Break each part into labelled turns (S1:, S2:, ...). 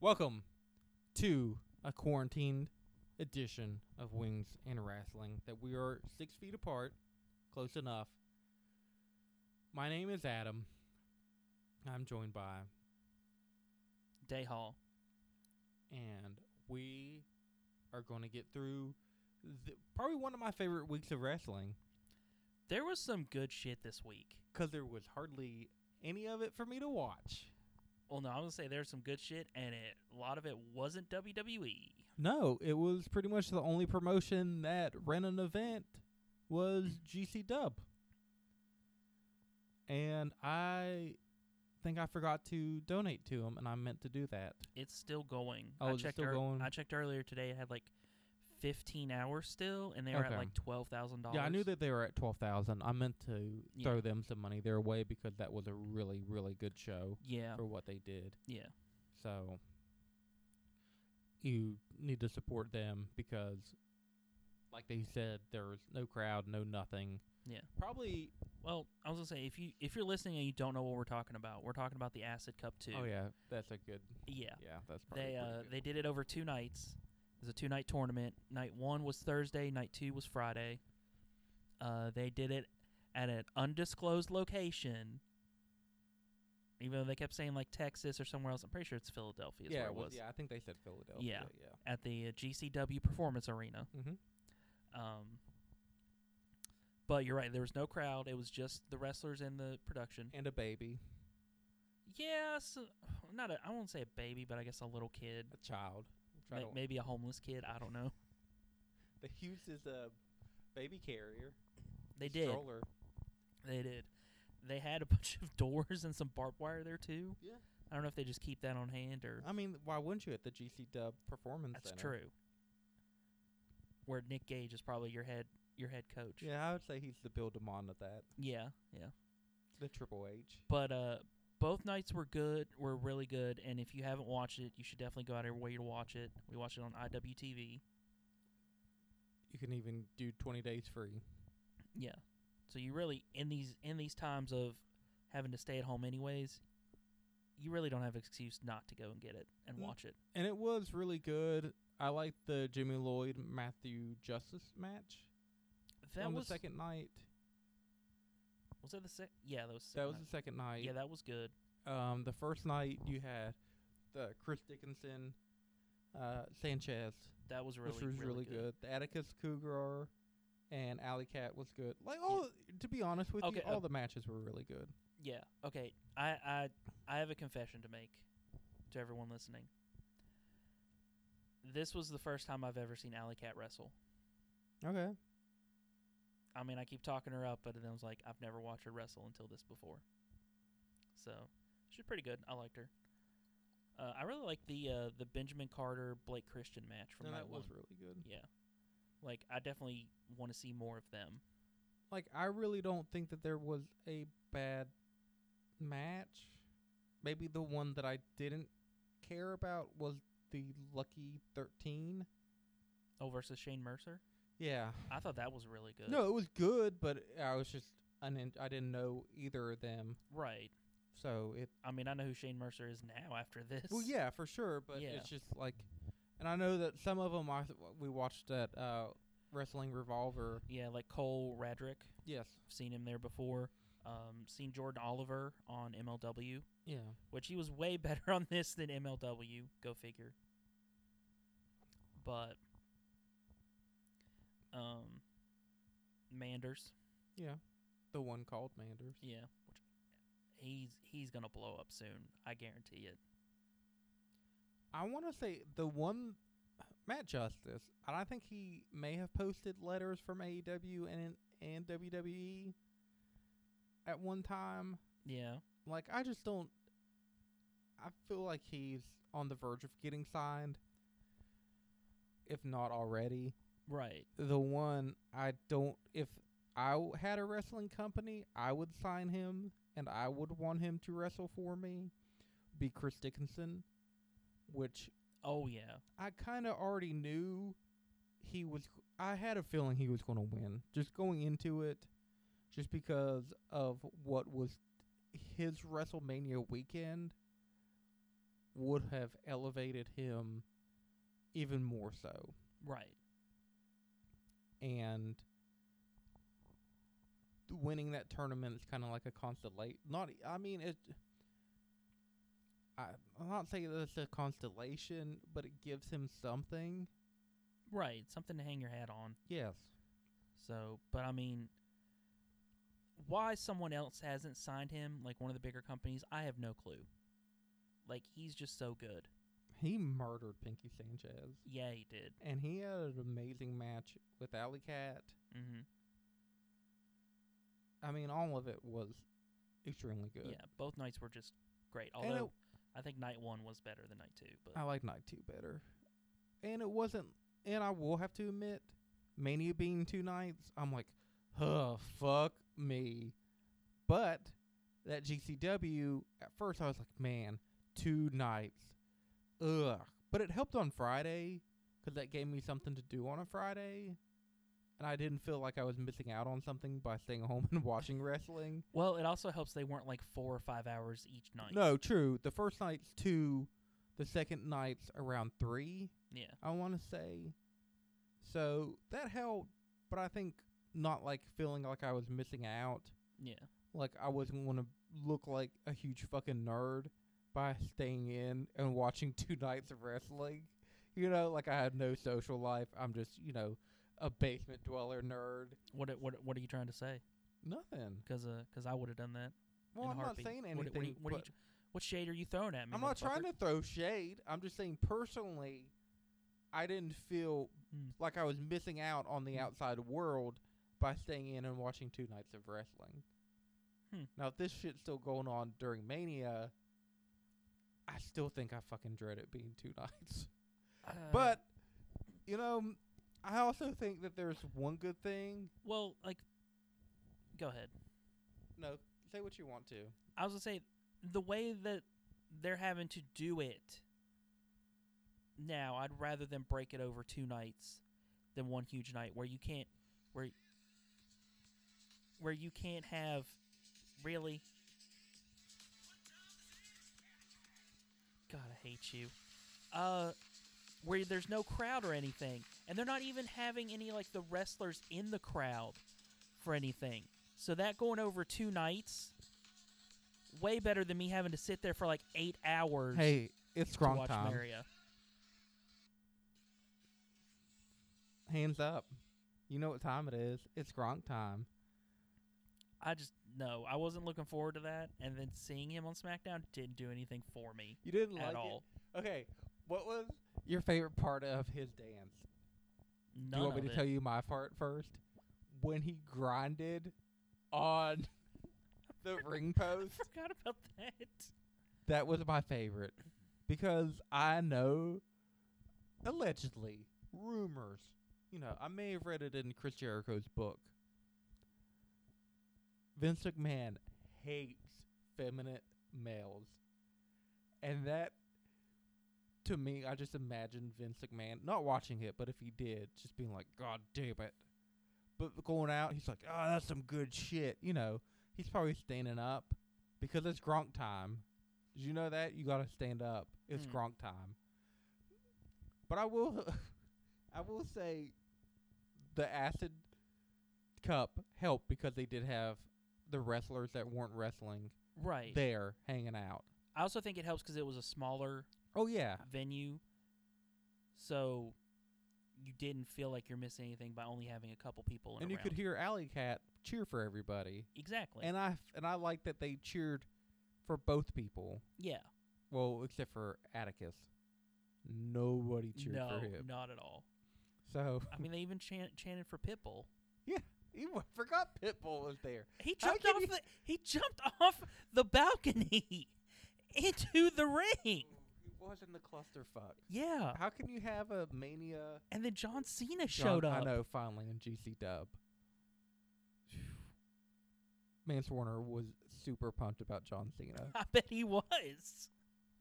S1: Welcome to a quarantined edition of Wings and Wrestling that we are six feet apart, close enough. My name is Adam. I'm joined by,
S2: Day Hall.
S1: and we are going to get through th- probably one of my favorite weeks of wrestling
S2: There was some good shit this week.
S1: because there was hardly any of it for me to watch.
S2: Well, no, I'm gonna say there's some good shit, and it, a lot of it wasn't E. WWE.
S1: No, it was pretty much the only promotion that ran an event was GC Dub. And I think I forgot to donate to him, and I meant to do that.
S2: It's still going.
S1: Oh,
S2: I
S1: is it
S2: checked.
S1: still
S2: ear-
S1: going?
S2: I checked earlier today. It had like 15 hours still, and they were
S1: Okay.
S2: at like twelve thousand dollars.
S1: Yeah, I knew that they were at 12,000. I meant to
S2: Yeah.
S1: throw them some money their way because that was a really, really good show
S2: Yeah,
S1: for what they did.
S2: yeah,
S1: So you need to support them because, like they said, there was no crowd, no nothing.
S2: yeah.
S1: Probably
S2: Well, I was gonna say if you if you're listening and you don't know what we're talking about, we're talking about the Acid Cup too.
S1: Oh yeah, that's a good.
S2: yeah.
S1: Yeah, that's probably
S2: They
S1: pretty
S2: uh
S1: good.
S2: they did it over two nights. It was a two night tournament. Night one was Thursday. Night two was Friday. Uh, they did it at an undisclosed location. Even though they kept saying like Texas or somewhere else, I'm pretty sure it's Philadelphia. Is
S1: yeah,
S2: where
S1: it
S2: it
S1: was-
S2: was.
S1: yeah, I think they said Philadelphia. Yeah,
S2: At the uh, GCW Performance Arena.
S1: Mm-hmm.
S2: Um, but you're right. There was no crowd. It was just the wrestlers and the production.
S1: And a baby,
S2: Yeah, so, not a. I won't say a baby, but I guess a little kid.
S1: a child.
S2: May- maybe a homeless kid. I don't know.
S1: The Hughes is a baby carrier.
S2: They did.
S1: Stroller.
S2: They did. They had a bunch of doors and some barbed wire there too.
S1: Yeah.
S2: I don't know if they just keep that on hand or
S1: I mean, why wouldn't you at the GC Dub Performance
S2: that's
S1: Center?
S2: true. Where Nick Gage is probably your head your head coach.
S1: Yeah, I would say he's the Bill Demond of that.
S2: Yeah, yeah.
S1: The Triple H.
S2: But uh both nights were good, were really good, and if you haven't watched it, you should definitely go out of your way to watch it. We watched it on IWTV.
S1: You can even do twenty days free.
S2: Yeah. So you really in these in these times of having to stay at home anyways, you really don't have an excuse not to go and get it and
S1: Mm.
S2: watch it.
S1: and it was really good. I liked the Jimmy Lloyd Matthew Justice match
S2: That
S1: on
S2: was
S1: the second night.
S2: was that the sec yeah, that was
S1: That
S2: the second
S1: was
S2: night.
S1: the second night.
S2: Yeah, that was good.
S1: Um, the first night you had the Chris Dickinson, uh, Sanchez,
S2: That was really,
S1: which was really, good. The Atticus Cougar and Alley Cat was good. Like all, to be honest with
S2: Okay,
S1: you, all
S2: uh,
S1: the matches were really good.
S2: Yeah. Okay. I, I I have a confession to make to everyone listening. This was the first time I've ever seen Alley Cat wrestle.
S1: Okay,
S2: I mean, I keep talking her up, but then I was like, I've never watched her wrestle until this before. So she's pretty good. I liked her. Uh, I really like the uh, the Benjamin Carter Blake Christian match from
S1: no,
S2: night
S1: that was
S2: one.
S1: really good.
S2: Yeah. Like I definitely want to see more of them.
S1: Like I really don't think that there was a bad match. Maybe the one that I didn't care about was the Lucky Thirteen.
S2: Oh, versus Shane Mercer.
S1: Yeah.
S2: I thought that was really good.
S1: No, it was good, but I was just I didn't, I didn't know either of them.
S2: Right.
S1: So it
S2: I mean, I know who Shane Mercer is now after this.
S1: well, yeah, for sure. But
S2: Yeah.
S1: it's just like, and I know that some of them I we watched at uh, Wrestling Revolver.
S2: Yeah, like Cole Radrick.
S1: Yes,
S2: I've seen him there before. Um, seen Jordan Oliver on MLW,
S1: yeah.
S2: which he was way better on this than MLW. Go figure. But, um, Manders,
S1: Yeah, the one called Manders.
S2: yeah, which he's he's gonna blow up soon. I guarantee it.
S1: I want to say the one Matt Justice, and I think he may have posted letters from AEW and and WWE at one time.
S2: Yeah,
S1: Like I just don't. I feel like he's on the verge of getting signed, if not already.
S2: right.
S1: The one I don't. If I w- had a wrestling company, I would sign him, and I would want him to wrestle for me. Be Chris Dickinson, which
S2: Oh yeah,
S1: I kind of already knew he was. I had a feeling he was going to win just going into it, just because of what was his WrestleMania weekend would have elevated him even more so.
S2: Right.
S1: And winning that tournament is kind of like a constellation. Not, e, I mean, it. I, I'm not saying that it's a constellation, but it gives him something.
S2: Right. Something to hang your hat on.
S1: Yes.
S2: So, but I mean, why someone else hasn't signed him, like one of the bigger companies, I have no clue. Like, he's just so good.
S1: He murdered Pinky Sanchez.
S2: Yeah, he did.
S1: And he had an amazing match with Alley Cat.
S2: hmm
S1: I mean, all of it was extremely good.
S2: Yeah, both nights were just great.
S1: And it- Uh,
S2: Although, I think night one was better than night two. But
S1: I like Night 2 better. And it wasn't, and I will have to admit, Mania being two nights, I'm like, huh, fuck me. But that GCW, at first I was like, man, two nights. Ugh. But it helped on Friday because that gave me something to do on a Friday. And I didn't feel like I was missing out on something by staying home and watching wrestling.
S2: well, it also helps they weren't like four or five hours each night.
S1: No, true. The first night's two, the second night's around three.
S2: Yeah.
S1: I want to say. So that helped, but I think not like feeling like I was missing out.
S2: Yeah.
S1: Like I wasn't going to look like a huge fucking nerd by staying in and watching two nights of wrestling. You know, like I had no social life. I'm just, you know, a basement dweller nerd.
S2: What it- what it- what are you trying to say?
S1: Nothing.
S2: Because I would have done that.
S1: Well,
S2: in
S1: I'm
S2: a
S1: not
S2: heartbeat.
S1: saying anything.
S2: What, what, are you- what, are you
S1: but-
S2: tr- what shade are you throwing at me?
S1: I'm not trying
S2: motherfucker?
S1: to throw shade. I'm just saying personally, I didn't feel
S2: Mm.
S1: like I was missing out on
S2: Hmm.
S1: the outside world by staying in and watching two nights of wrestling.
S2: Hmm.
S1: Now, if this shit's still going on during Mania, I still think I fucking dread it being two nights.
S2: Uh,
S1: but, you know, m- I also think that there's one good thing.
S2: well, like, go ahead.
S1: No, say what you want to.
S2: I was gonna say the way that they're having to do it now, I'd rather them break it over two nights than one huge night where you can't where where you can't have really God, I hate you. Uh where there's no crowd or anything. And they're not even having any like the wrestlers in the crowd for anything. So that going over two nights way better than me having to sit there for like 8 hours
S1: Hey, it's
S2: to
S1: wrong
S2: watch
S1: time.
S2: Maria.
S1: Hands up. You know what time it is. It's Gronk time.
S2: I just no, I wasn't looking forward to that, and then seeing him on SmackDown didn't do anything for me
S1: You didn't like
S2: at
S1: it?
S2: all.
S1: Okay, what was your favorite part of his dance?
S2: None
S1: Do you want me
S2: of
S1: to
S2: it.
S1: tell you my part first? When he grinded on the ring
S2: I
S1: post,
S2: forgot about that.
S1: that was my favorite because I know allegedly rumors. You know, I may have read it in Chris Jericho's book. Vince McMahon hates feminine males. And that, to me, I just imagine Vince McMahon not watching it, but if he did, just being like, God damn it. But going out, he's like, oh, that's some good shit. You know, he's probably standing up because it's Gronk time. Did you know that? You got to stand up. It's
S2: Hmm.
S1: Gronk time. But I will, I will say, the acid cup helped because they did have the wrestlers that weren't wrestling
S2: Right.
S1: there hanging out.
S2: I also think it helps because it was a smaller
S1: Oh yeah,
S2: venue, so you didn't feel like you're missing anything by only having a couple people. In
S1: and
S2: a
S1: you could
S2: round.
S1: hear Alley Cat cheer for everybody.
S2: exactly.
S1: And I and I like that they cheered for both people.
S2: yeah.
S1: Well, except for Atticus, nobody cheered
S2: no,
S1: for him.
S2: not at all.
S1: So
S2: I mean, they even chan- chanted for Pitbull.
S1: you forgot Pitbull was there.
S2: He
S1: How
S2: jumped
S1: can
S2: off
S1: you-
S2: the he jumped off the balcony into the ring.
S1: It wasn't the clusterfuck.
S2: Yeah.
S1: How can you have a mania?
S2: And then John Cena showed
S1: John-
S2: up.
S1: I know, finally in GC Dub. Mance Warner was super pumped about John Cena,
S2: I bet he was.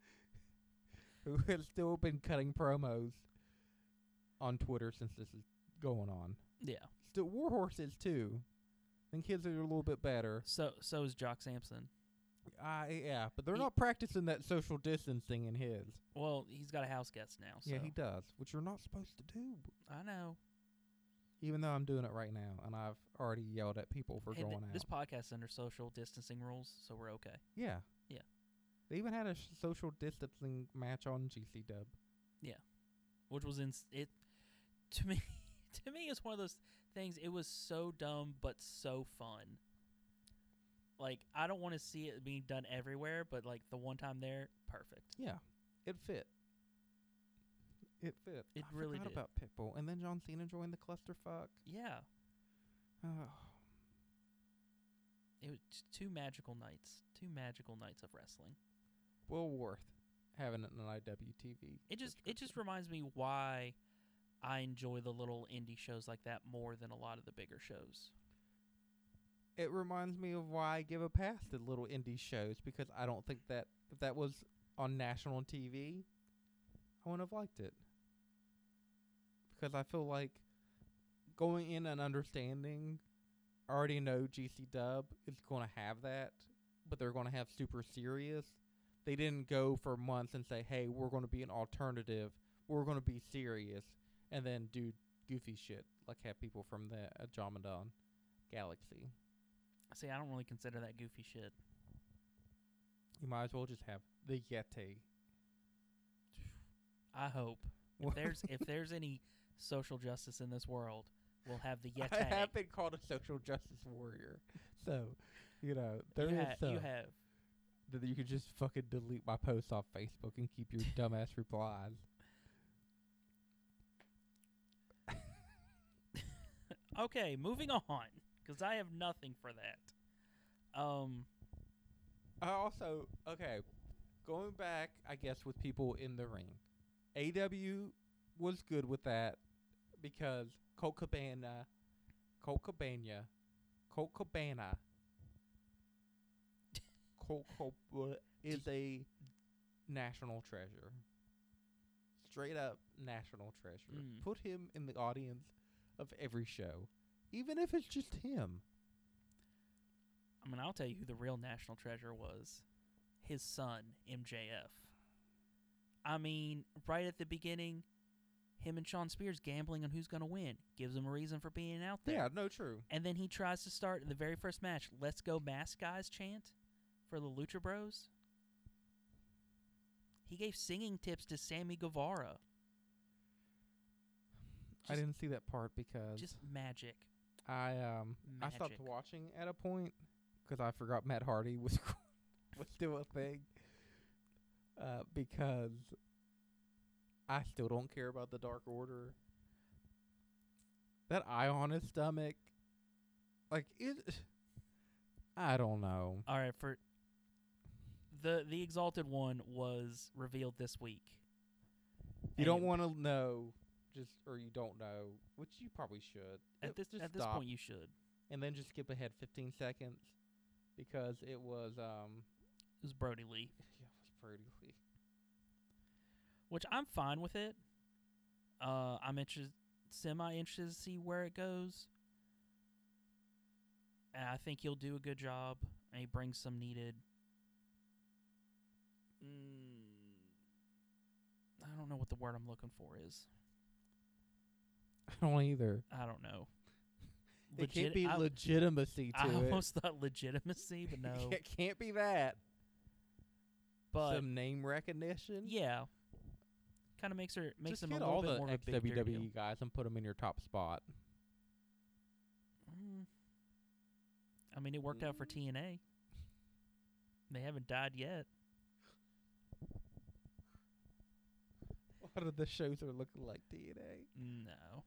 S1: who has still been cutting promos on Twitter since this is going on.
S2: Yeah.
S1: Still, Warhorse is too. I think kids are a little bit better.
S2: So so is Jock Sampson.
S1: Uh, yeah, but they're
S2: He-
S1: not practicing that social distancing in his.
S2: Well, he's got a house guest now. So.
S1: Yeah, he does, which you're not supposed to do.
S2: I know.
S1: Even though I'm doing it right now, and I've already yelled at people for
S2: Hey, th-
S1: going out.
S2: This podcast's under social distancing rules, so we're okay.
S1: yeah,
S2: Yeah.
S1: They even had a sh- social distancing match on GC Dub.
S2: Which was in it to me. to me, it's one of those things. It was so dumb, but so fun. Like I don't want to see it being done everywhere, but like the one time there, perfect.
S1: Yeah, it fit. It fit.
S2: It
S1: I
S2: really
S1: forgot
S2: did.
S1: about Pitbull, and then John Cena joined the clusterfuck.
S2: Yeah,
S1: Oh,
S2: it was just two magical nights. Two magical nights of wrestling.
S1: well worth having an IWTV.
S2: It just it just
S1: subscription.
S2: reminds me why I enjoy the little indie shows like that more than a lot of the bigger shows.
S1: it reminds me of why I give a pass to little indie shows because I don't think that if that was on national TV, I wouldn't have liked it. Because I feel like going in and understanding, I already know GC Dub is going to have that, but they're going to have super serious. They didn't go for months and say, hey, we're going to be an alternative, we're going to be serious, and then do goofy shit like have people from the Andromedon Galaxy.
S2: See, I don't really consider that goofy shit.
S1: You might as well just have the Yeti.
S2: I hope
S1: Well,
S2: if there's if there's any social justice in this world, we'll have the Yeti.
S1: I have been called a social justice warrior, so you know there is
S2: you, ha- you
S1: some
S2: have.
S1: that you could just fucking delete my posts off Facebook and keep your dumbass replies.
S2: Okay, moving on, because I have nothing for that. Um,
S1: I also okay, going back, I guess with people in the ring, AW was good with that because Colt Cabana, Colt Cabana, Colt Cabana, Colt Cabana is a national treasure. Straight up national treasure.
S2: Mm.
S1: Put him in the audience of every show, even if it's just him.
S2: I mean, I'll tell you who the real national treasure was: his son, MJF. I mean, right at the beginning, him and Sean Spears gambling on who's going to win gives him a reason for being out there.
S1: Yeah, no, true.
S2: And then he tries to start in the very first match, let's go mask guys chant for the Lucha Bros. He gave singing tips to Sammy Guevara.
S1: I
S2: Just-
S1: didn't see that part because
S2: Just magic.
S1: I um I stopped
S2: Magic.
S1: watching at a point 'cause I forgot Matt Hardy was was still a thing. Uh, because I still don't care about the Dark Order. That eye on his stomach, like it. I don't know.
S2: All right, for the the exalted one was revealed this week.
S1: You don't
S2: And
S1: want to know, just or you don't know, which you probably should.
S2: at
S1: Ju-
S2: this
S1: just
S2: at this
S1: stop.
S2: point you should. It
S1: and then just skip ahead 15 seconds because it was um
S2: was Brody Lee,
S1: yeah, it was pretty late.
S2: which I'm fine with it. Uh, I'm interested, semi interested to see where it goes. And I think he'll do a good job. And he brings some needed. Mm, I don't know what the word I'm looking for is.
S1: I don't either.
S2: I don't know.
S1: it can't be
S2: I,
S1: legitimacy to
S2: I
S1: it.
S2: almost thought legitimacy, but no.
S1: it can't be that.
S2: but
S1: Some name recognition.
S2: yeah, kind of makes her makes
S1: Just
S2: him a
S1: get
S2: little
S1: all
S2: bit
S1: the
S2: more of a
S1: ex
S2: big deal.
S1: WWE E guys and put them in your top spot.
S2: Mm. I mean, it worked out for TNA. They haven't died yet.
S1: A lot of the shows are looking like DNA.
S2: No,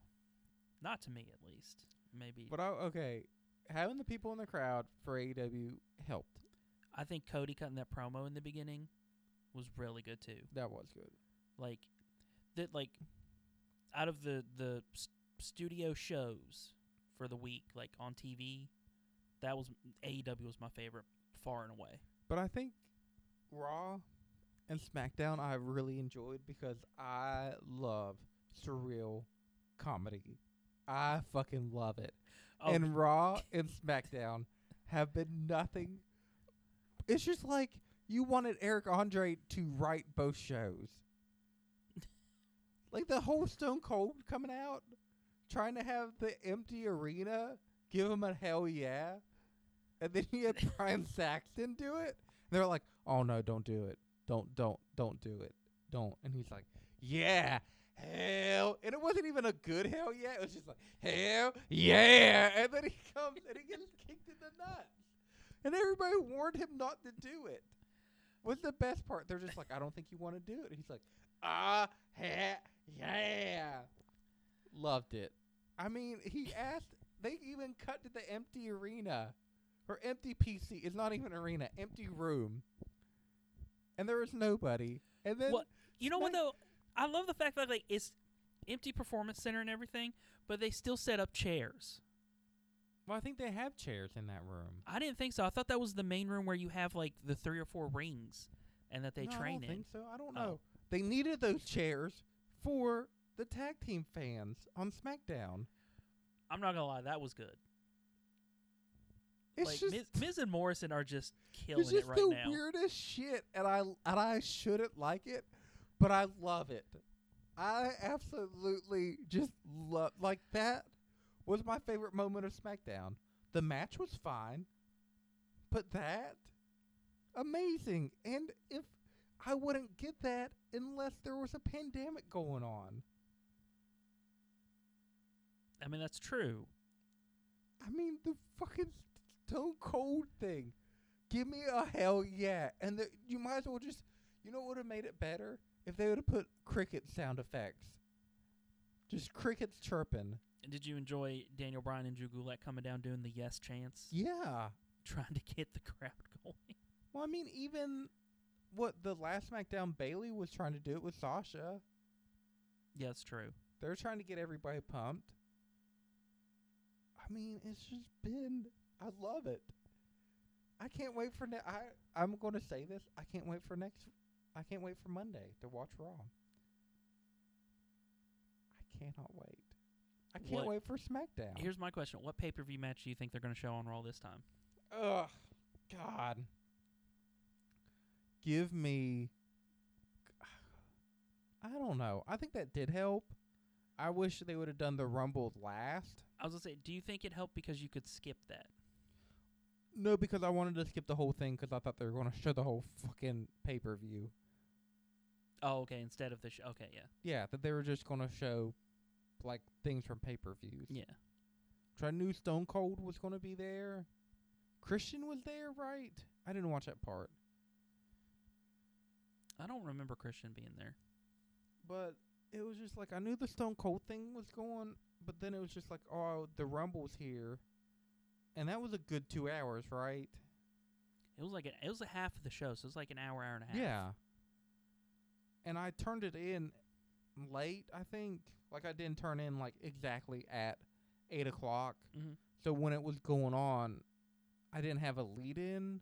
S2: not to me at least. Maybe
S1: But I, okay, having the people in the crowd for AEW helped.
S2: I think Cody cutting that promo in the beginning was really good too.
S1: That was good.
S2: Like that, like out of the the s studio shows for the week, like on TV, that was AEW was my favorite far and away.
S1: But I think Raw and SmackDown I really enjoyed because I love surreal comedy. I fucking love it.
S2: Oh,
S1: and Raw and SmackDown have been nothing It's just like you wanted Eric Andre to write both shows. like the whole Stone Cold coming out, trying to have the empty arena give him a hell yeah. And then you had Brian Saxton do it. They're like, oh no, don't do it. Don't, don't, don't do it. Don't. And he's like, yeah, hell. And it wasn't even a good hell yeah. It was just like, hell yeah. And then he comes and he gets kicked in the nuts. And everybody warned him not to do it. What's the best part? They're just like, I don't think you want to do it. And he's like, ah, heh, yeah. Loved it. I mean, he asked, they even cut to the empty arena or empty PC. It's not even arena, empty room. And there was nobody. And then
S2: What- You know what
S1: Smack-
S2: though? I love the fact that like it's empty performance center and everything, but they still set up chairs.
S1: Well, I think they have chairs in that room.
S2: I didn't think so. I thought that was the main room where you have like the three or four rings, and that they
S1: No, I
S2: train
S1: don't
S2: in.
S1: think so. I don't
S2: Oh.
S1: know. They needed those chairs for the tag team fans on SmackDown.
S2: I'm not gonna lie, that was good.
S1: It's
S2: like
S1: just
S2: Miz, Miz and Morrison are just killing
S1: it's just
S2: it right
S1: the
S2: now.
S1: weirdest shit, and I and I shouldn't like it, but I love it. I absolutely just love like that was my favorite moment of SmackDown. The match was fine, but that amazing. And if I wouldn't get that unless there was a pandemic going on.
S2: I mean, that's true.
S1: I mean, the fucking Stone Cold thing. Give me a hell yeah. And the, you might as well just, you know what would have made it better? If they would have put cricket sound effects. Just crickets chirping.
S2: And did you enjoy Daniel Bryan and Drew Gulak coming down doing the yes chants,
S1: Yeah.
S2: trying to get the crowd going?
S1: Well, I mean, even what the last SmackDown Bailey was trying to do it with Sasha.
S2: Yeah, it's true.
S1: They're trying to get everybody pumped. I mean, it's just been. I love it. I can't wait for. Ne- I I'm going to say this. I can't wait for next. I can't wait for Monday to watch Raw. I cannot wait. I can't
S2: What-
S1: wait for SmackDown.
S2: Here's my question: What pay per view match do you think they're gonna show on Raw this time?
S1: Ugh, God. Give me. I don't know. I think that did help. I wish they would have done the Rumble last.
S2: I was gonna say, do you think it helped because you could skip that?
S1: No, because I wanted to skip the whole thing 'cause I thought they were going to show the whole fucking pay per view.
S2: Oh, okay. Instead of the sh- okay, yeah,
S1: Yeah, that they were just going to show like things from pay per views.
S2: yeah.
S1: Which I knew Stone Cold was going to be there. Christian was there, right? I didn't watch that part,
S2: I don't remember Christian being there.
S1: but it was just like I knew the Stone Cold thing was going, but then it was just like, oh, the Rumble's here, and that was a good two hours, right?
S2: It was like an, it was a half of the show, so it was like an hour, hour and a half.
S1: Yeah. And I turned it in late, I think. Like I didn't turn in like exactly at eight o'clock.
S2: Mhm.
S1: So when it was going on, I didn't have a lead in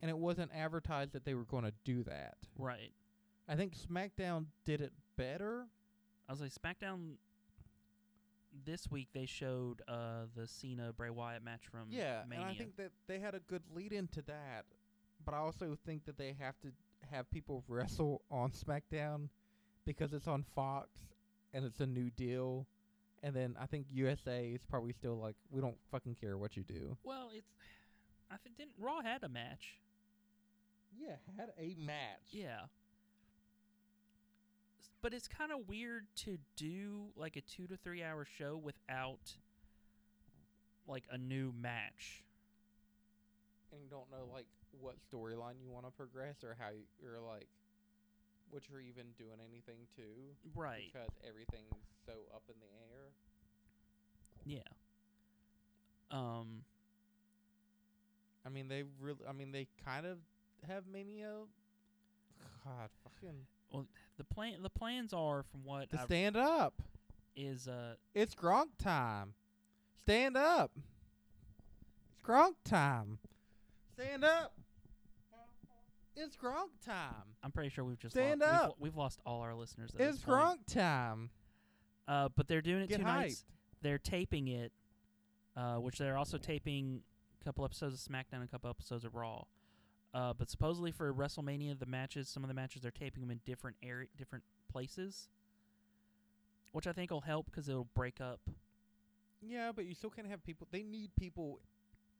S1: and it wasn't advertised that they were gonna do that.
S2: Right.
S1: I think SmackDown did it better.
S2: I was like SmackDown. This week they showed uh the Cena Bray Wyatt match from
S1: yeah.
S2: Mania.
S1: And I think that they had a good lead in to that. But I also think that they have to have people wrestle on SmackDown because it's on Fox and it's a new deal. And then I think USA is probably still like, we don't fucking care what you do.
S2: well, it's I think didn't Raw had a match.
S1: Yeah, had a match.
S2: Yeah. S- But it's kind of weird to do like a two to three hour show without like a new match.
S1: And you don't know like what storyline you want to progress or how you, you're like, what you're even doing anything to.
S2: Right.
S1: Because everything's so up in the air.
S2: Yeah. Um.
S1: I mean, they really. I mean, they kind of have mania. God, fucking
S2: The plan. The plans are, from what
S1: to
S2: I've-
S1: stand up.
S2: is uh
S1: It's Gronk time. Stand up. It's Gronk time. Stand up. It's Gronk time.
S2: I'm pretty sure we've just
S1: Stand
S2: lo- we've
S1: up.
S2: lo- We've, lost all our listeners. At
S1: It's
S2: this point.
S1: Gronk time.
S2: Uh, but they're doing it
S1: Get
S2: two nights.
S1: hyped.
S2: They're taping it, uh, which they're also taping a couple episodes of SmackDown, and a couple episodes of Raw. Uh, but supposedly for WrestleMania, the matches, some of the matches, they're taping them in different area, different places, which I think will help because it'll break up.
S1: Yeah, but you still can't have people. They need people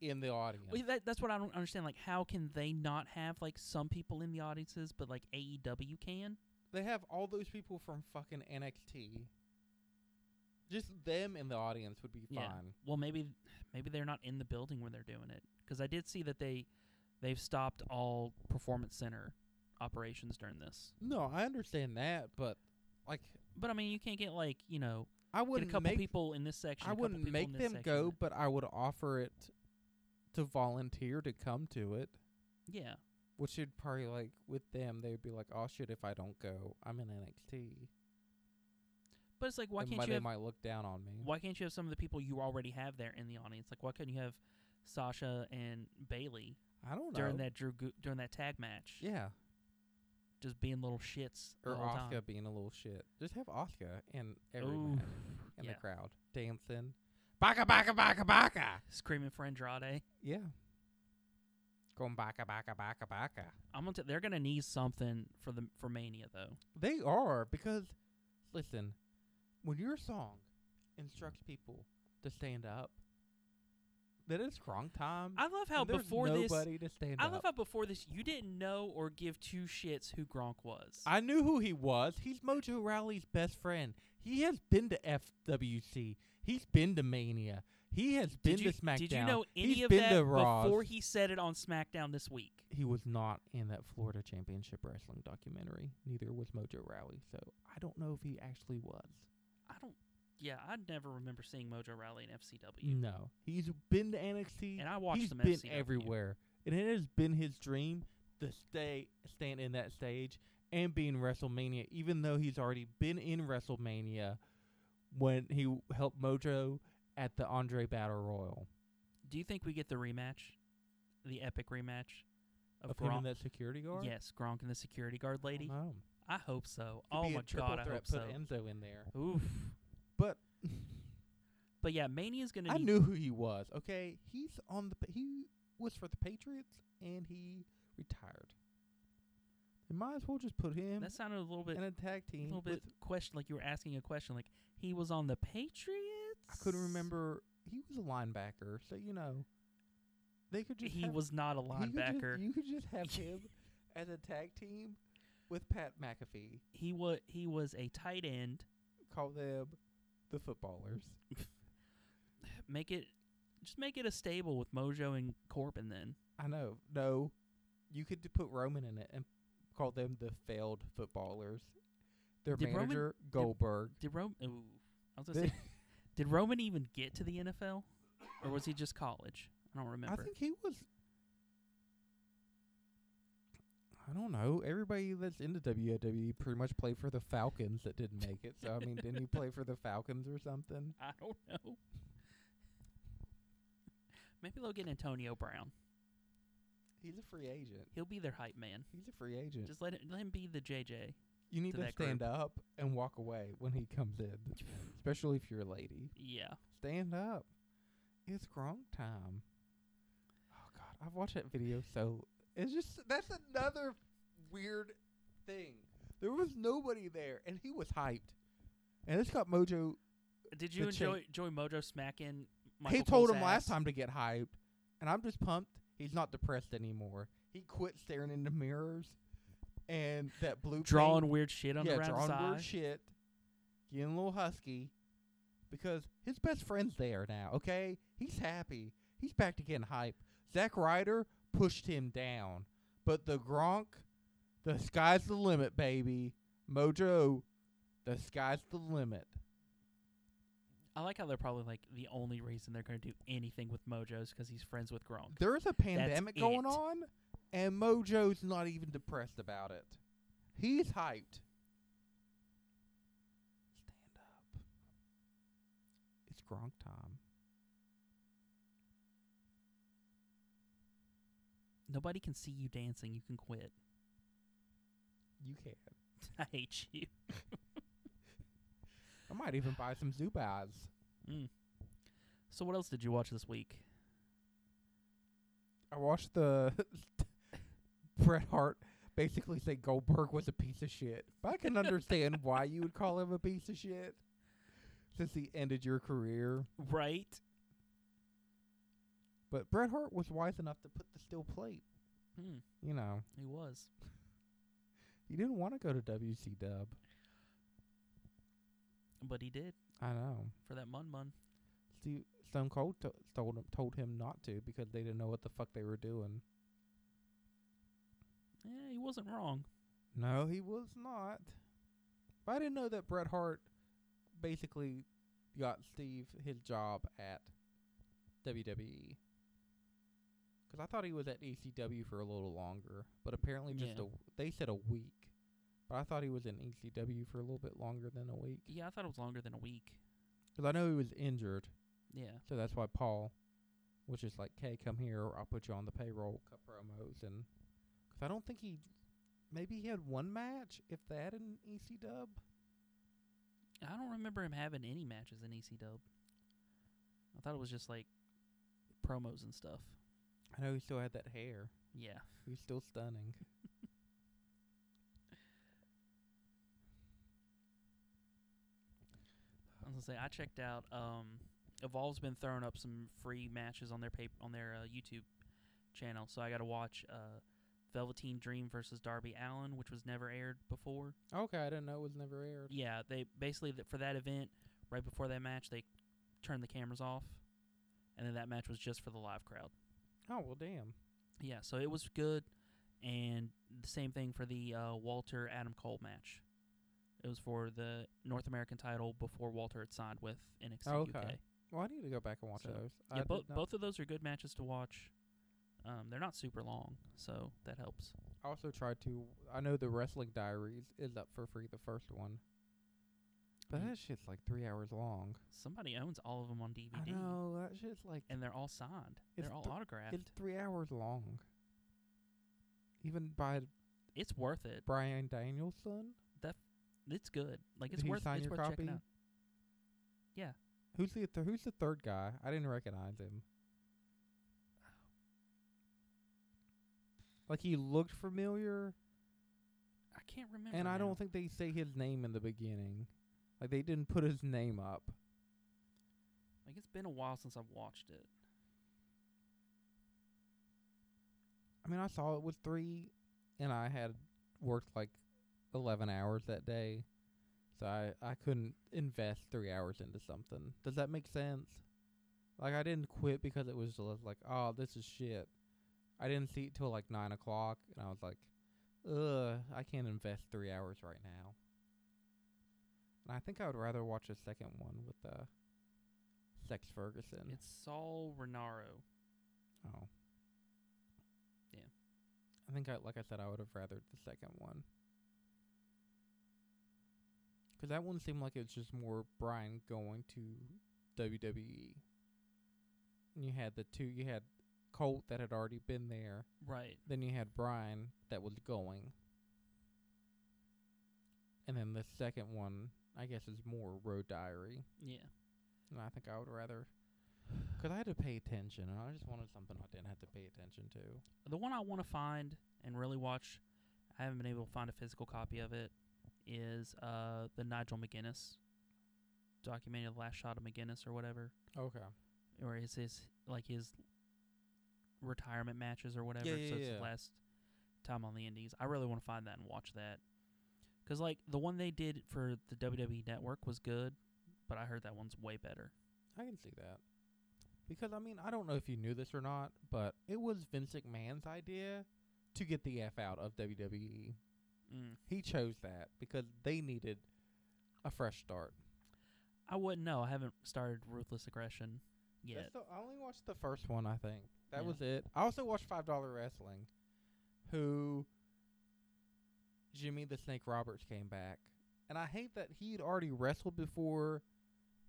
S1: in the audience.
S2: Well, that, that's what I don't understand. Like, how can they not have like some people in the audiences, but like AEW can?
S1: They have all those people from fucking NXT. Just them in the audience would be
S2: Yeah.
S1: fine.
S2: Well, maybe maybe they're not in the building when they're doing it because I did see that they they've stopped all performance center operations during this.
S1: No, I understand that, but like
S2: But I mean, you can't get like you know
S1: I
S2: get a
S1: wouldn't
S2: couple
S1: make
S2: people in this section.
S1: I
S2: a couple
S1: wouldn't
S2: people
S1: make
S2: in this
S1: them
S2: section.
S1: go, but I would offer it to volunteer to come to it.
S2: Yeah,
S1: Which would probably like with them, they'd be like, "Oh shit, if I don't go, I'm in NXT."
S2: but it's like why
S1: And
S2: can't
S1: my-
S2: you
S1: they
S2: have
S1: might look down on me.
S2: why can't you have some of the people you already have there in the audience? Like why couldn't you have Sasha and Bailey
S1: I don't know.
S2: during that Drew Gu- during that tag match?
S1: yeah,
S2: just being little shits the
S1: or
S2: whole time.
S1: Oscar being a little shit. Just have Oscar in every
S2: Ooh,
S1: match in
S2: yeah.
S1: the crowd dancing, baka baka baka baka.
S2: screaming for Andrade.
S1: Yeah, going baka baka baka baka.
S2: I'm gonna. T- they're gonna need something for the for Mania though.
S1: They are because listen, when your song instructs people to stand up, that is wrong time.
S2: I love how
S1: and there's
S2: before this,
S1: nobody to stand
S2: I
S1: up.
S2: love how before this, you didn't know or give two shits who Gronk was.
S1: I knew who he was. He's Mojo Rowley's best friend. He has been to FWC. He's been to Mania. He has been
S2: did you
S1: to SmackDown.
S2: did you know any
S1: He's
S2: of
S1: been
S2: that
S1: to Raws.
S2: before he said it on SmackDown this week?
S1: he was not in that Florida Championship Wrestling documentary. Neither was Mojo Rowley. So I don't know if he actually was.
S2: I don't. Yeah, I never remember seeing Mojo Rowley in FCW.
S1: No, he's been to NXT.
S2: And I watched
S1: He's
S2: some
S1: been
S2: FCW.
S1: everywhere, and it has been his dream to stay stand in that stage and be in WrestleMania, even though he's already been in WrestleMania when he w- helped Mojo at the Andre Battle Royal
S2: Do you think we get the rematch, the epic rematch of,
S1: of him
S2: Gronk?
S1: and that security guard.
S2: yes, Gronk and the security guard lady.
S1: Oh,
S2: I hope so. oh my god, I hope
S1: put
S2: so.
S1: Enzo in there.
S2: Oof.
S1: But
S2: But yeah, Mania's gonna.
S1: I
S2: need-
S1: knew who he was. Okay, he's on the pa- he was for the Patriots and he retired. They might as well just put him
S2: That sounded a little bit
S1: and a tag
S2: a
S1: team.
S2: little
S1: with-
S2: bit question like you were asking a question like he was on the Patriots.
S1: I couldn't remember. He was a linebacker, so you know they could just.
S2: He
S1: have-
S2: was not a
S1: he could just-
S2: linebacker.
S1: you could just have him as a tag team with Pat McAfee.
S2: He was he was a tight end.
S1: Call them the footballers.
S2: Make it just make it a stable with Mojo and Corbin then.
S1: I know. No, you could put Roman in it and call them the failed footballers. Their
S2: Did Roman-
S1: manager Goldberg.
S2: Did Roman ooh, I was gonna say did Roman even get to the NFL or was he just college? I don't
S1: I
S2: remember.
S1: think he was. I don't know. Everybody that's into WWE E pretty much played for the Falcons that didn't make it. So I mean, didn't he play for the Falcons or something?
S2: I don't know. Maybe they'll get Antonio Brown.
S1: He's a free agent.
S2: He'll be their hype man.
S1: He's a free agent.
S2: Just let him, let him be the JJ.
S1: you need
S2: to
S1: to
S2: that
S1: stand up and walk away when he comes in, especially if you're a lady.
S2: Yeah.
S1: Stand up. It's Gronk time. Oh God, I've watched that video so. It's just that's another weird thing. There was nobody there, and he was hyped. And it's got Mojo.
S2: Did you
S1: the cha-
S2: enjoy enjoy Mojo smacking? Michael
S1: he told
S2: Cole's
S1: him last
S2: ass?
S1: time to get hyped, and I'm just pumped. He's not depressed anymore. He quit staring into mirrors, and that blue paint-
S2: drawing weird shit on
S1: yeah,
S2: the round
S1: drawing
S2: side.
S1: weird shit, getting a little husky, because his best friend's there now. Okay, he's happy. He's back to getting hype. Zack Ryder pushed him down, but the Gronk, the sky's the limit, baby. Mojo, the sky's the limit.
S2: I like how they're probably like the only reason they're going to do anything with Mojo's because he's friends with Gronk.
S1: There's a pandemic going
S2: it.
S1: on, and Mojo's not even depressed about it. He's hyped. Stand up. It's Gronk time.
S2: Nobody can see you dancing. You can quit.
S1: You can.
S2: I hate you.
S1: I might even buy some Zubaz.
S2: Mm. So what else did you watch this week?
S1: I watched the Bret Hart basically say Goldberg was a piece of shit. But I can understand why you would call him a piece of shit since he ended your career.
S2: Right?
S1: But Bret Hart was wise enough to put the steel plate.
S2: Hmm.
S1: You know,
S2: He was.
S1: he didn't want to go to WC Dub.
S2: But he did
S1: I know.
S2: for that Mun Mun.
S1: Steve, Stone Cold to- told him told him not to because they didn't know what the fuck they were doing.
S2: Yeah, he wasn't wrong.
S1: No, he was not. But I didn't know that Bret Hart basically got Steve his job at WWE. Because I thought he was at ECW for a little longer, but apparently just
S2: Yeah.
S1: a they said a week. But I thought he was in ECW for a little bit longer than a week.
S2: Yeah, I thought it was longer than a week.
S1: 'Cause I know he was injured,
S2: Yeah.
S1: so that's why Paul was just like, "Hey, come here. I'll put you on the payroll." Cut promos and because I don't think he maybe he had one match, if that, in E ECW.
S2: I don't remember him having any matches in ECW. I thought it was just like promos and stuff.
S1: I know he still had that hair.
S2: Yeah.
S1: He was still stunning.
S2: I was gonna say I checked out. Um, Evolve's been throwing up some free matches on their paper on their uh, YouTube channel, so I got to watch uh, Velveteen Dream versus Darby Allen, which was never aired before.
S1: Okay, I didn't know it was never aired.
S2: Yeah, they basically th- for that event right before that match they turned the cameras off, and then that match was just for the live crowd.
S1: Oh well, damn.
S2: Yeah, so it was good, and the same thing for the uh, Walter Adam Cole match. It was for the North American title before Walter had signed with NXT
S1: Oh, okay.
S2: UK.
S1: Well, I need to go back and watch
S2: So,
S1: those. I
S2: Yeah,
S1: did
S2: both
S1: not-
S2: both of those are good matches to watch. Um, they're not super long, so that helps.
S1: I also tried to. I know the Wrestling Diaries is up for free. The first one, but
S2: Mm.
S1: that shit's like three hours long.
S2: Somebody owns all of them on
S1: I
S2: DVD,
S1: know that shit's like
S2: and they're all signed.
S1: It's
S2: they're all
S1: th-
S2: autographed.
S1: it's three hours long. Even by
S2: it's worth it.
S1: Brian Danielson,
S2: It's good. Like
S1: Did
S2: it's
S1: he
S2: worth
S1: sign
S2: it's
S1: your
S2: worth checking
S1: copy?
S2: out. Yeah,
S1: who's the th- who's the third guy? I didn't recognize him. Like he looked familiar,
S2: I can't remember.
S1: And I
S2: now.
S1: don't think they say his name in the beginning. Like they didn't put his name up.
S2: like it's been a while since I've watched it.
S1: I mean, I saw it was three, and I had worked like eleven hours that day, so I I couldn't invest three hours into something. Does that make sense? Like I didn't quit because it was just like, oh, this is shit. I didn't see it till like nine o'clock, and I was like, ugh, I can't invest three hours right now. And I think I would rather watch a second one with uh, Sex Ferguson.
S2: It's Saul Renaro.
S1: Oh.
S2: Yeah.
S1: I think, I, like I said, I would have rathered the second one. 'Cause that one seemed like it was just more Brian going to WWE. And you had the two, you had Colt that had already been there.
S2: Right.
S1: Then you had Brian that was going. And then the second one, I guess, is more Road Diary.
S2: Yeah.
S1: And I think I would rather. Because I had to pay attention, and I just wanted something I didn't have to pay attention to.
S2: The one I want to find and really watch, I haven't been able to find a physical copy of it, is uh, the Nigel McGuinness documentary, The Last Shot of McGuinness or whatever,
S1: Okay.
S2: or is his like his retirement matches or whatever.
S1: yeah,
S2: so it's
S1: yeah.
S2: his last time on the Indies. I really want to find that and watch that. 'Cause like the one they did for the WWE Network was good, but I heard that one's way better.
S1: I can see that. Because, I mean, I don't know if you knew this or not, but it was Vince McMahon's idea to get the F out of WWE.
S2: Mm.
S1: He chose that because they needed a fresh start.
S2: I wouldn't know. I haven't started Ruthless Aggression yet.
S1: That's the- I only watched the first one, I think. That
S2: Yeah.
S1: was it. I also watched Five Dollar Wrestling, who Jimmy the Snake Roberts came back, and I hate that he'd already wrestled before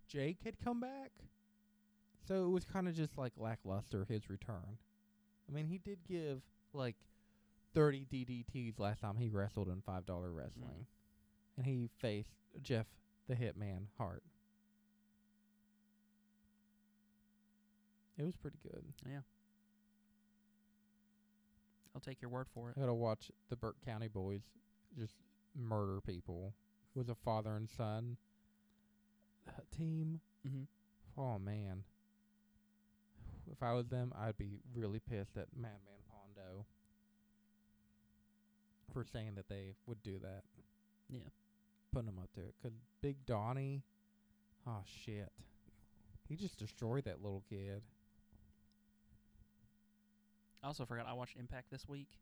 S1: Jake had come back, so it was kind of just like lackluster his return. I mean, he did give like thirty DDTs last time he wrestled in Five Dollar Wrestling, and he faced Jeff the Hitman Hart. It was pretty good.
S2: I'll take your word for it.
S1: I gotta watch the Burke County boys just murder people. It was a father and son uh, team.
S2: Mm-hmm.
S1: Oh man. If I was them, I'd be really pissed at Madman Pondo for saying that they would do that.
S2: Yeah.
S1: Putting him up there. 'Cause Big Donnie, oh shit. He just destroyed that little kid.
S2: I also forgot I watched Impact this week,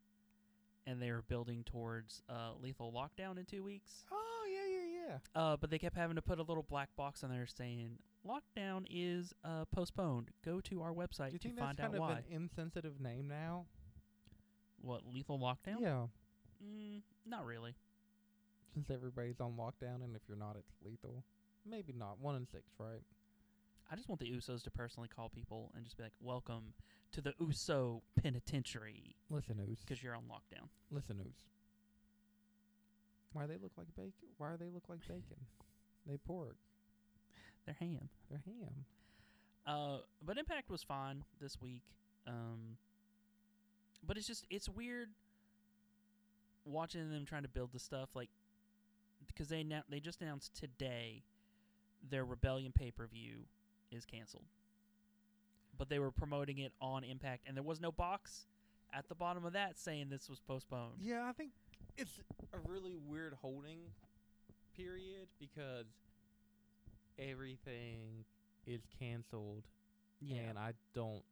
S2: and they were building towards uh, Lethal Lockdown in two weeks.
S1: Oh, yeah, yeah, yeah.
S2: Uh, but they kept having to put a little black box on there saying Lockdown is uh, postponed. Go to our
S1: Do you
S2: website to
S1: think that's
S2: find out
S1: kind of
S2: why.
S1: an insensitive name now?
S2: what Lethal Lockdown?
S1: Yeah.
S2: Mm, not really.
S1: Since everybody's on lockdown, and if you're not, it's lethal. Maybe not. One in six, right?
S2: I just want the Usos to personally call people and just be like, "Welcome to the Uso Penitentiary,"
S1: Listen, Oos.
S2: because you're on lockdown.
S1: Listen, Oos. Why they look like bacon? Why they look like bacon? they pork.
S2: They're ham.
S1: They're ham.
S2: Uh, but Impact was fine this week. Um, but it's just it's weird watching them trying to build the stuff like because they now they just announced today their Rebellion pay per view is canceled. But they were promoting it on Impact, and there was no box at the bottom of that saying this was postponed.
S1: Yeah, I think it's a really weird holding period because everything is canceled, and I don't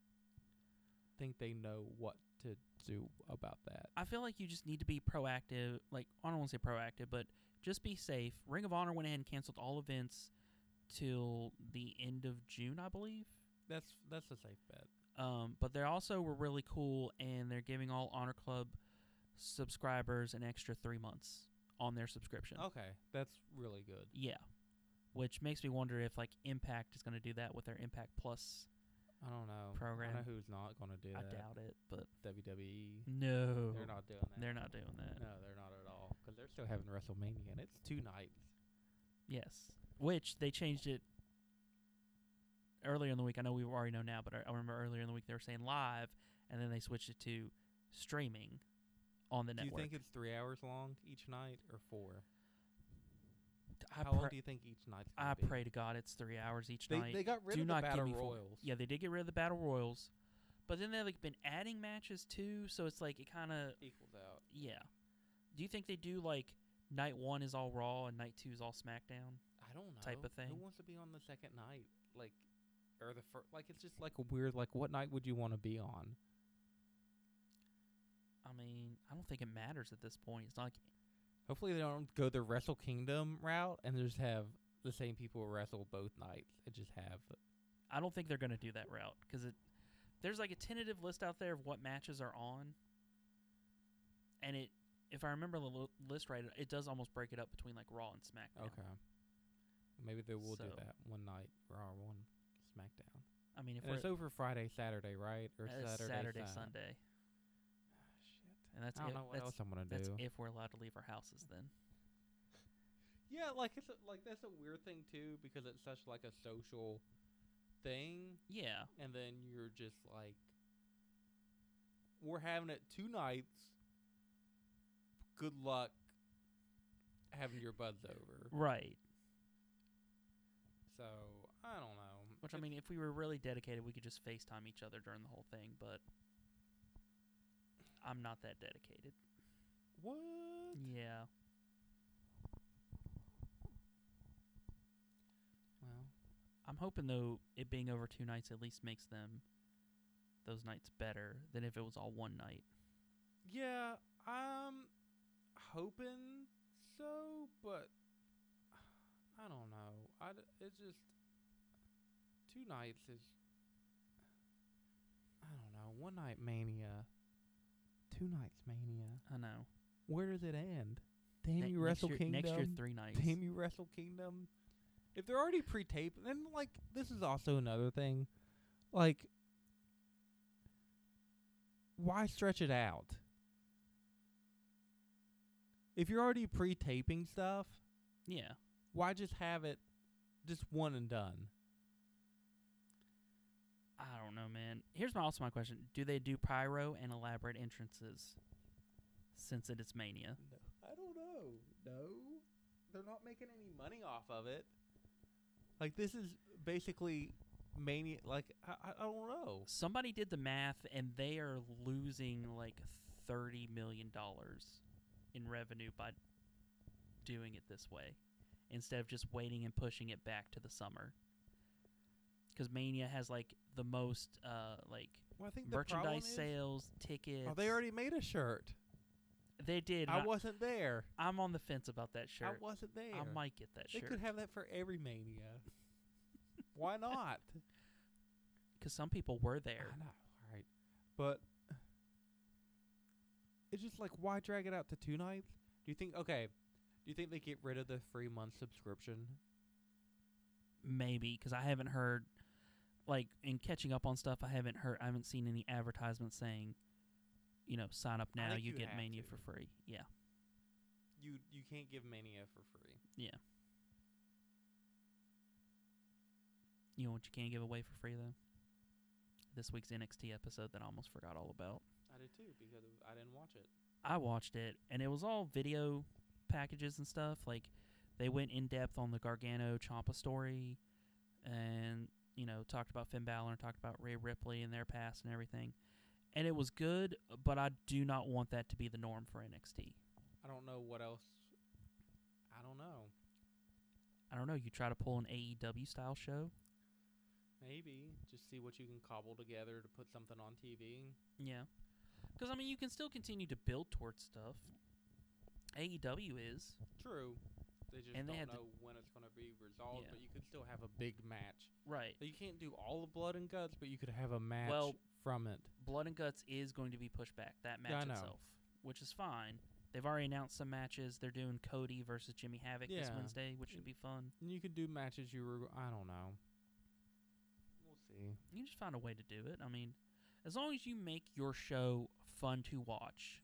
S1: think they know what to do about that.
S2: I feel like you just need to be proactive. Like I don't want to say proactive, but just be safe. Ring of Honor went ahead and canceled all events till the end of June, I believe.
S1: That's that's a safe bet.
S2: Um, but they also were really cool, and they're giving all Honor Club subscribers an extra three months on their subscription.
S1: Okay, that's really good.
S2: Yeah, which makes me wonder if like Impact is going to do that with their Impact Plus.
S1: I don't know. Oh, I
S2: program.
S1: don't know who's not going to do
S2: I
S1: that.
S2: doubt it, but
S1: WWE.
S2: no,
S1: They're not doing that.
S2: They're not doing that.
S1: No, they're not at all. 'cause they're still having WrestleMania, and it's two nights.
S2: Yes. Which they changed it earlier in the week. I know we already know now, but I- I remember earlier in the week they were saying live, and then they switched it to streaming on the
S1: Do you
S2: network.
S1: think it's three hours long each night or four?
S2: I,
S1: How long
S2: pray-
S1: do you think each night's gonna
S2: I
S1: be?
S2: pray to God it's three hours each
S1: They,
S2: night.
S1: they got rid
S2: do
S1: of
S2: not
S1: the
S2: give
S1: battle
S2: me four-
S1: royals.
S2: yeah, they did get rid of the battle royals, but then they've like, been adding matches too. So it's like it kind of
S1: equals out.
S2: yeah. Do you think they do like night one is all Raw and night two is all SmackDown?
S1: I don't know
S2: type of
S1: Who
S2: thing.
S1: wants to be on the second night? Like, or the first? Like, it's just like a weird. Like, what night would you want to be on?
S2: I mean, I don't think it matters at this point. It's not like
S1: Hopefully, they don't go the Wrestle Kingdom route and just have the same people wrestle both nights and just have
S2: I don't think they're going to do that route because it there's like a tentative list out there of what matches are on, and it if I remember the li- list right, it does almost break it up between like Raw and SmackDown.
S1: Okay. Maybe they will do
S2: So-
S1: that one night, Raw, one SmackDown.
S2: I mean if
S1: And it's
S2: we're
S1: over Friday, Saturday, right? Or
S2: uh,
S1: Saturday,
S2: Saturday
S1: Sun-
S2: Sunday,
S1: Shit.
S2: and that's
S1: I don't
S2: if,
S1: know what
S2: that's,
S1: else I'm gonna
S2: that's
S1: do.
S2: if we're allowed to leave our houses. Then
S1: Yeah, like it's a, like that's a weird thing too because it's such like a social thing,
S2: yeah,
S1: and then you're just like, we're having it two nights. Good luck having your buds over.
S2: right.
S1: So I don't know.
S2: Which I
S1: It's-
S2: mean, if we were really dedicated, we could just FaceTime each other during the whole thing. But I'm not that dedicated.
S1: what?
S2: Yeah.
S1: Well,
S2: I'm hoping though it being over two nights at least makes them those nights better than if it was all one night.
S1: Yeah, I'm hoping so, but I don't know. I d- it just two nights is I don't know. One night mania, two nights mania.
S2: I know.
S1: Where does it end? Damn
S2: Ne-
S1: you,
S2: next
S1: Wrestle
S2: year,
S1: Kingdom.
S2: Next year, three nights.
S1: Damn you, Wrestle Kingdom. If they're already pre-taped, then like this is also another thing, like why stretch it out? If you're already pre-taping stuff,
S2: Yeah.
S1: why just have it just one and done?
S2: I don't know, man. Here's my also my question: Do they do pyro and elaborate entrances? Since it is mania,
S1: No, I don't know. No, they're not making any money off of it. Like this is basically mania. Like I, I- I don't know.
S2: somebody did the math and they are losing like thirty million dollars in revenue by doing it this way instead of just waiting and pushing it back to the summer. Because Mania has like the most uh like
S1: Well, I think the problem
S2: merchandise
S1: is-
S2: sales, tickets.
S1: Oh, they already made a shirt.
S2: They did.
S1: I
S2: I
S1: wasn't there.
S2: am on the fence about that shirt.
S1: I wasn't there.
S2: I might get that
S1: they
S2: shirt.
S1: could have that for every mania. Why not?
S2: because some people were
S1: I
S2: there.
S1: know, right? But it's just like, why drag it out to two nights? Do you think? Okay, do you think they get rid of the free month subscription?
S2: Maybe because I haven't heard, like in catching up on stuff, I haven't heard, I haven't seen any advertisements saying, you know, sign up
S1: I
S2: now,
S1: think
S2: you
S1: you
S2: get
S1: have
S2: Mania
S1: to.
S2: for free. Yeah,
S1: You you can't give mania for free.
S2: you know what you can't give away for free though. This week's NXT episode that I almost forgot all about.
S1: I did too because of, I didn't watch it.
S2: I watched it and it was all video packages and stuff. Like they went in depth on the Gargano Champa story, and you know talked about Finn Balor and talked about Ray Ripley and their past and everything. And it was good, but I do not want that to be the norm for NXT.
S1: I don't know what else. I don't know.
S2: I don't know. You try to pull an AEW style show.
S1: Maybe just see what you can cobble together to put something on TV.
S2: Yeah. Because, I mean, you can still continue to build towards stuff. AEW is.
S1: True. They just
S2: And they
S1: don't
S2: had to-
S1: know when it's going to be resolved,
S2: Yeah.
S1: but you could still have a big match.
S2: Right.
S1: You can't do all the blood and guts, but you could have a match
S2: Well,
S1: from it.
S2: Blood and Guts is going to be pushed back, that match
S1: Yeah, I know.
S2: itself, which is fine. They've already announced some matches. They're doing Cody versus Jimmy Havoc this
S1: Yeah.
S2: Wednesday, which should be fun.
S1: And you could do matches you were. I don't know. We'll see.
S2: You can just find a way to do it. I mean, as long as you make your show fun to watch,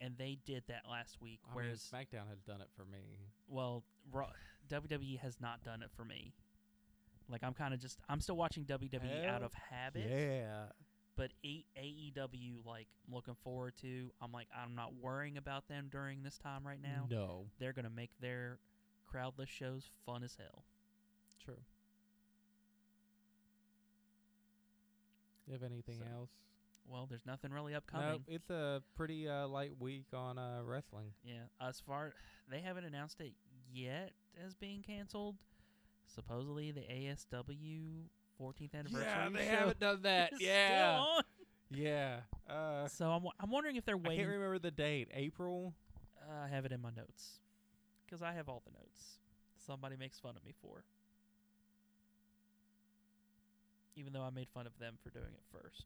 S2: and they did that last week,
S1: I mean,
S2: whereas,
S1: SmackDown has done it for me.
S2: well, Raw, WWE has not done it for me. Like, I'm kind of just, I'm still watching WWE out
S1: Hell
S2: of habit.
S1: Yeah.
S2: but A- AEW, like, I'm looking forward to. I'm like, I'm not worrying about them during this time right now.
S1: No.
S2: They're gonna make their crowdless shows fun as hell.
S1: True. Do you have anything
S2: So,
S1: else?
S2: Well, there's nothing really
S1: No,
S2: upcoming.
S1: it's a pretty uh, light week on uh, wrestling.
S2: Yeah, as far they haven't announced it yet as being canceled. Supposedly, the ASW 14th anniversary. show
S1: done that.
S2: is still on.
S1: yeah. Uh,
S2: So I'm, wa- I'm wondering if they're
S1: I can't
S2: waiting.
S1: remember the date. April.
S2: uh, I have it in my notes because I have all the notes. Somebody makes fun of me for. Even though I made fun of them for doing it first.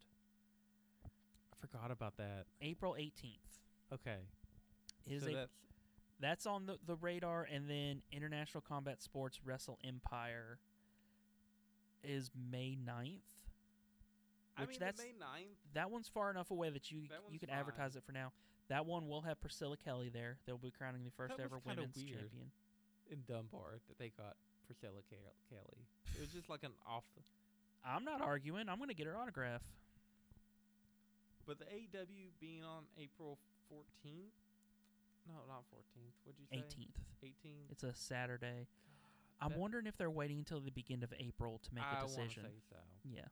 S1: I forgot about that.
S2: April 18th
S1: Okay.
S2: is
S1: so
S2: a
S1: that's
S2: That's on the, the radar, and then International Combat Sports Wrestle Empire is May 9th.
S1: I
S2: which
S1: mean,
S2: that's-
S1: the May 9th.
S2: That one's far enough away that you
S1: That one's
S2: you can advertise it for now. That one will have Priscilla Kelly there. They'll be crowning the first
S1: That was
S2: ever
S1: kinda
S2: women's
S1: weird.
S2: champion.
S1: in Dunbar that they got Priscilla Cal- Kelly. It was just like an off.
S2: I'm not arguing. I'm going to get her autograph.
S1: But the AW being on April 14th? No, not 14th. What'd you say?
S2: 18th.
S1: 18th?
S2: It's a Saturday. I'm
S1: that-
S2: wondering if they're waiting until the beginning of April to make
S1: I
S2: a
S1: wanna
S2: decision.
S1: say so.
S2: Yeah.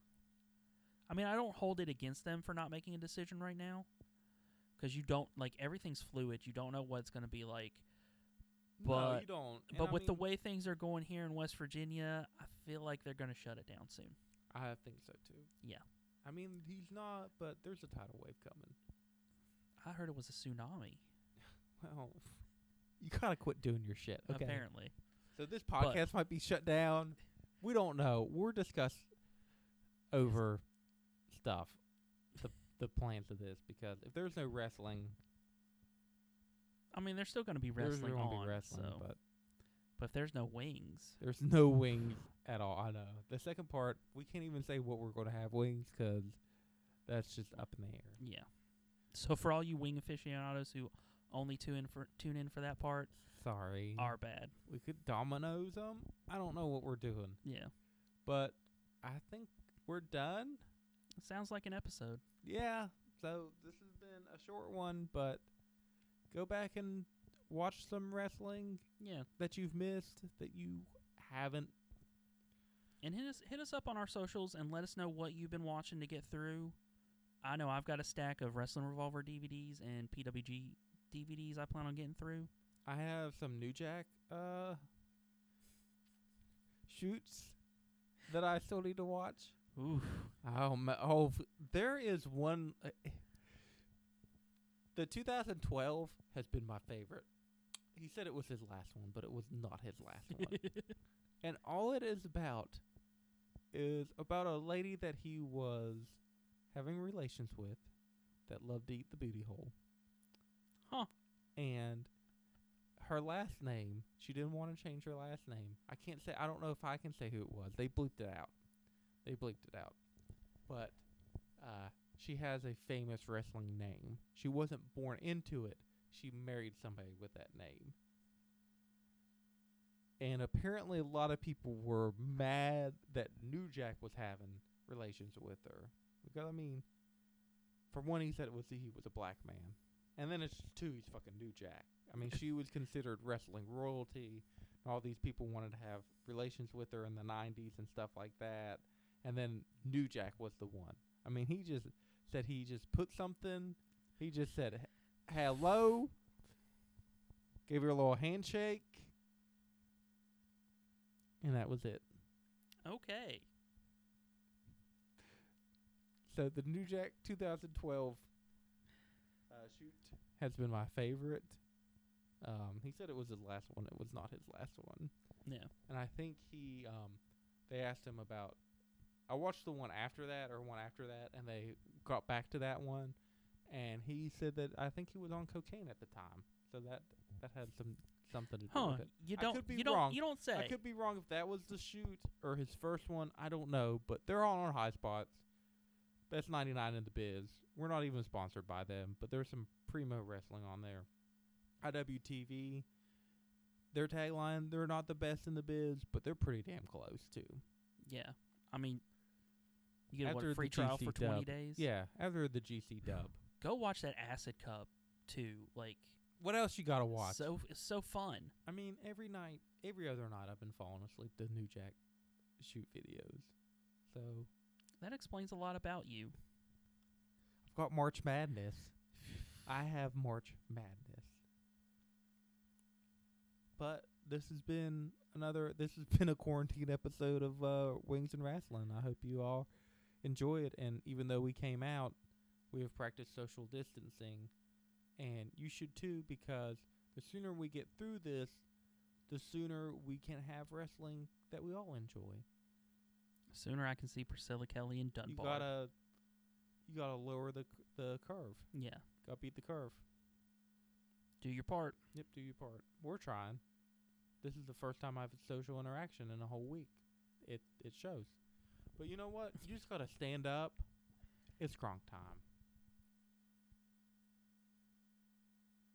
S2: I mean, I don't hold it against them for not making a decision right now. 'Cause you don't, like, everything's fluid. You don't know what it's going to be like.
S1: no,
S2: But-
S1: you don't. And
S2: but
S1: I
S2: with the
S1: mean,
S2: way things are going here in West Virginia, I feel like they're going to shut it down soon.
S1: I think so too.
S2: Yeah.
S1: I mean, he's not, but there's a tidal wave coming.
S2: I heard it was a tsunami,
S1: Well, you gotta quit doing your shit. Okay.
S2: apparently.
S1: So this
S2: But-
S1: podcast might be shut down. We don't know. We're discuss over stuff, the the plans of this because if there's no wrestling,
S2: I mean, there's still going to be
S1: there's
S2: wrestling
S1: gonna
S2: on,
S1: be wrestling,
S2: so.
S1: but
S2: but if there's no wings,
S1: there's no wings at all. I know the second part we can't even say what we're gonna have wings because that's just up in the air.
S2: yeah. So for all you wing aficionados who only tune in for tune in for that part,
S1: Sorry,
S2: are bad.
S1: we could dominoes them. I don't know what we're doing,
S2: Yeah.
S1: but I think we're done.
S2: Sounds like an episode.
S1: Yeah. So this has been a short one, but go back and watch some wrestling
S2: Yeah.
S1: that you've missed that you haven't.
S2: And hit us hit us up on our socials and let us know what you've been watching to get through. I know I've got a stack of Wrestling Revolver DVDs and PWG DVDs I plan on getting through.
S1: I have some New Jack uh shoots that I still need to watch.
S2: Ooh.
S1: Oh, ma- oh, f- there is one. Uh, the 2012 has been my favorite. He said it was his last one, but it was not his last one. and all it is about is about a lady that he was having relations with that loved to eat the booty hole.
S2: Huh.
S1: And her last name, she didn't want to change her last name. I can't say, I don't know if I can say who it was. They bleeped it out. They bleeped it out. But uh, she has a famous wrestling name. She wasn't born into it, she married somebody with that name and apparently a lot of people were mad that New Jack was having relations with her. Because I mean, for one, he said it was he was a black man, and then it's two, he's fucking New Jack. I mean, she was considered wrestling royalty, and all these people wanted to have relations with her in the '90s and stuff like that. And then New Jack was the one. I mean, he just said he just put something. He just said "H- hello, gave her a little handshake, and that was it.
S2: Okay.
S1: So the New Jack 2012 uh, shoot has been my favorite. Um, he said it was his last one. It was not his last one,
S2: Yeah.
S1: and I think he um, they asked him about. I watched the one after that or one after that, and they got back to that one, and he said that I think he was on cocaine at the time, so that that had some something to do
S2: Huh.
S1: with it.
S2: You
S1: I
S2: don't
S1: could be
S2: you don't
S1: wrong.
S2: you don't say.
S1: I could be wrong if that was the shoot or his first one. I don't know, but they're all on our high spots. That's 99 in the biz. We're not even sponsored by them, but there's some primo wrestling on there. IWTV, their tagline, they're not the best in the biz, but they're pretty damn close, too.
S2: yeah. I mean you get
S1: After
S2: what
S1: the
S2: free trial for
S1: GC
S2: 20
S1: dub.
S2: days.
S1: Yeah, after the GC dub.
S2: Go watch that Acid Cup too. Like
S1: What else you got to watch?
S2: so it's so fun.
S1: I mean, every night, every other night, I've been falling asleep to New Jack shoot videos. So, I've
S2: That explains a lot about you.
S1: got March Madness. I have March Madness. But this has been another this has been a quarantine episode of uh, Wings and Wrestling. I hope you all enjoy it and even though we came out, we have practiced social distancing and you should too because the sooner we get through this, the sooner we can have wrestling that we all enjoy.
S2: Sooner I can see Priscilla Kelly and Dunbar.
S1: You got to you got to lower the c- the curve.
S2: yeah.
S1: Got to beat the curve.
S2: Do your part.
S1: Yep, do your part. We're trying. This is the first time I've had social interaction in a whole week. It it shows. But you know what? You just gotta stand up. It's Gronk time.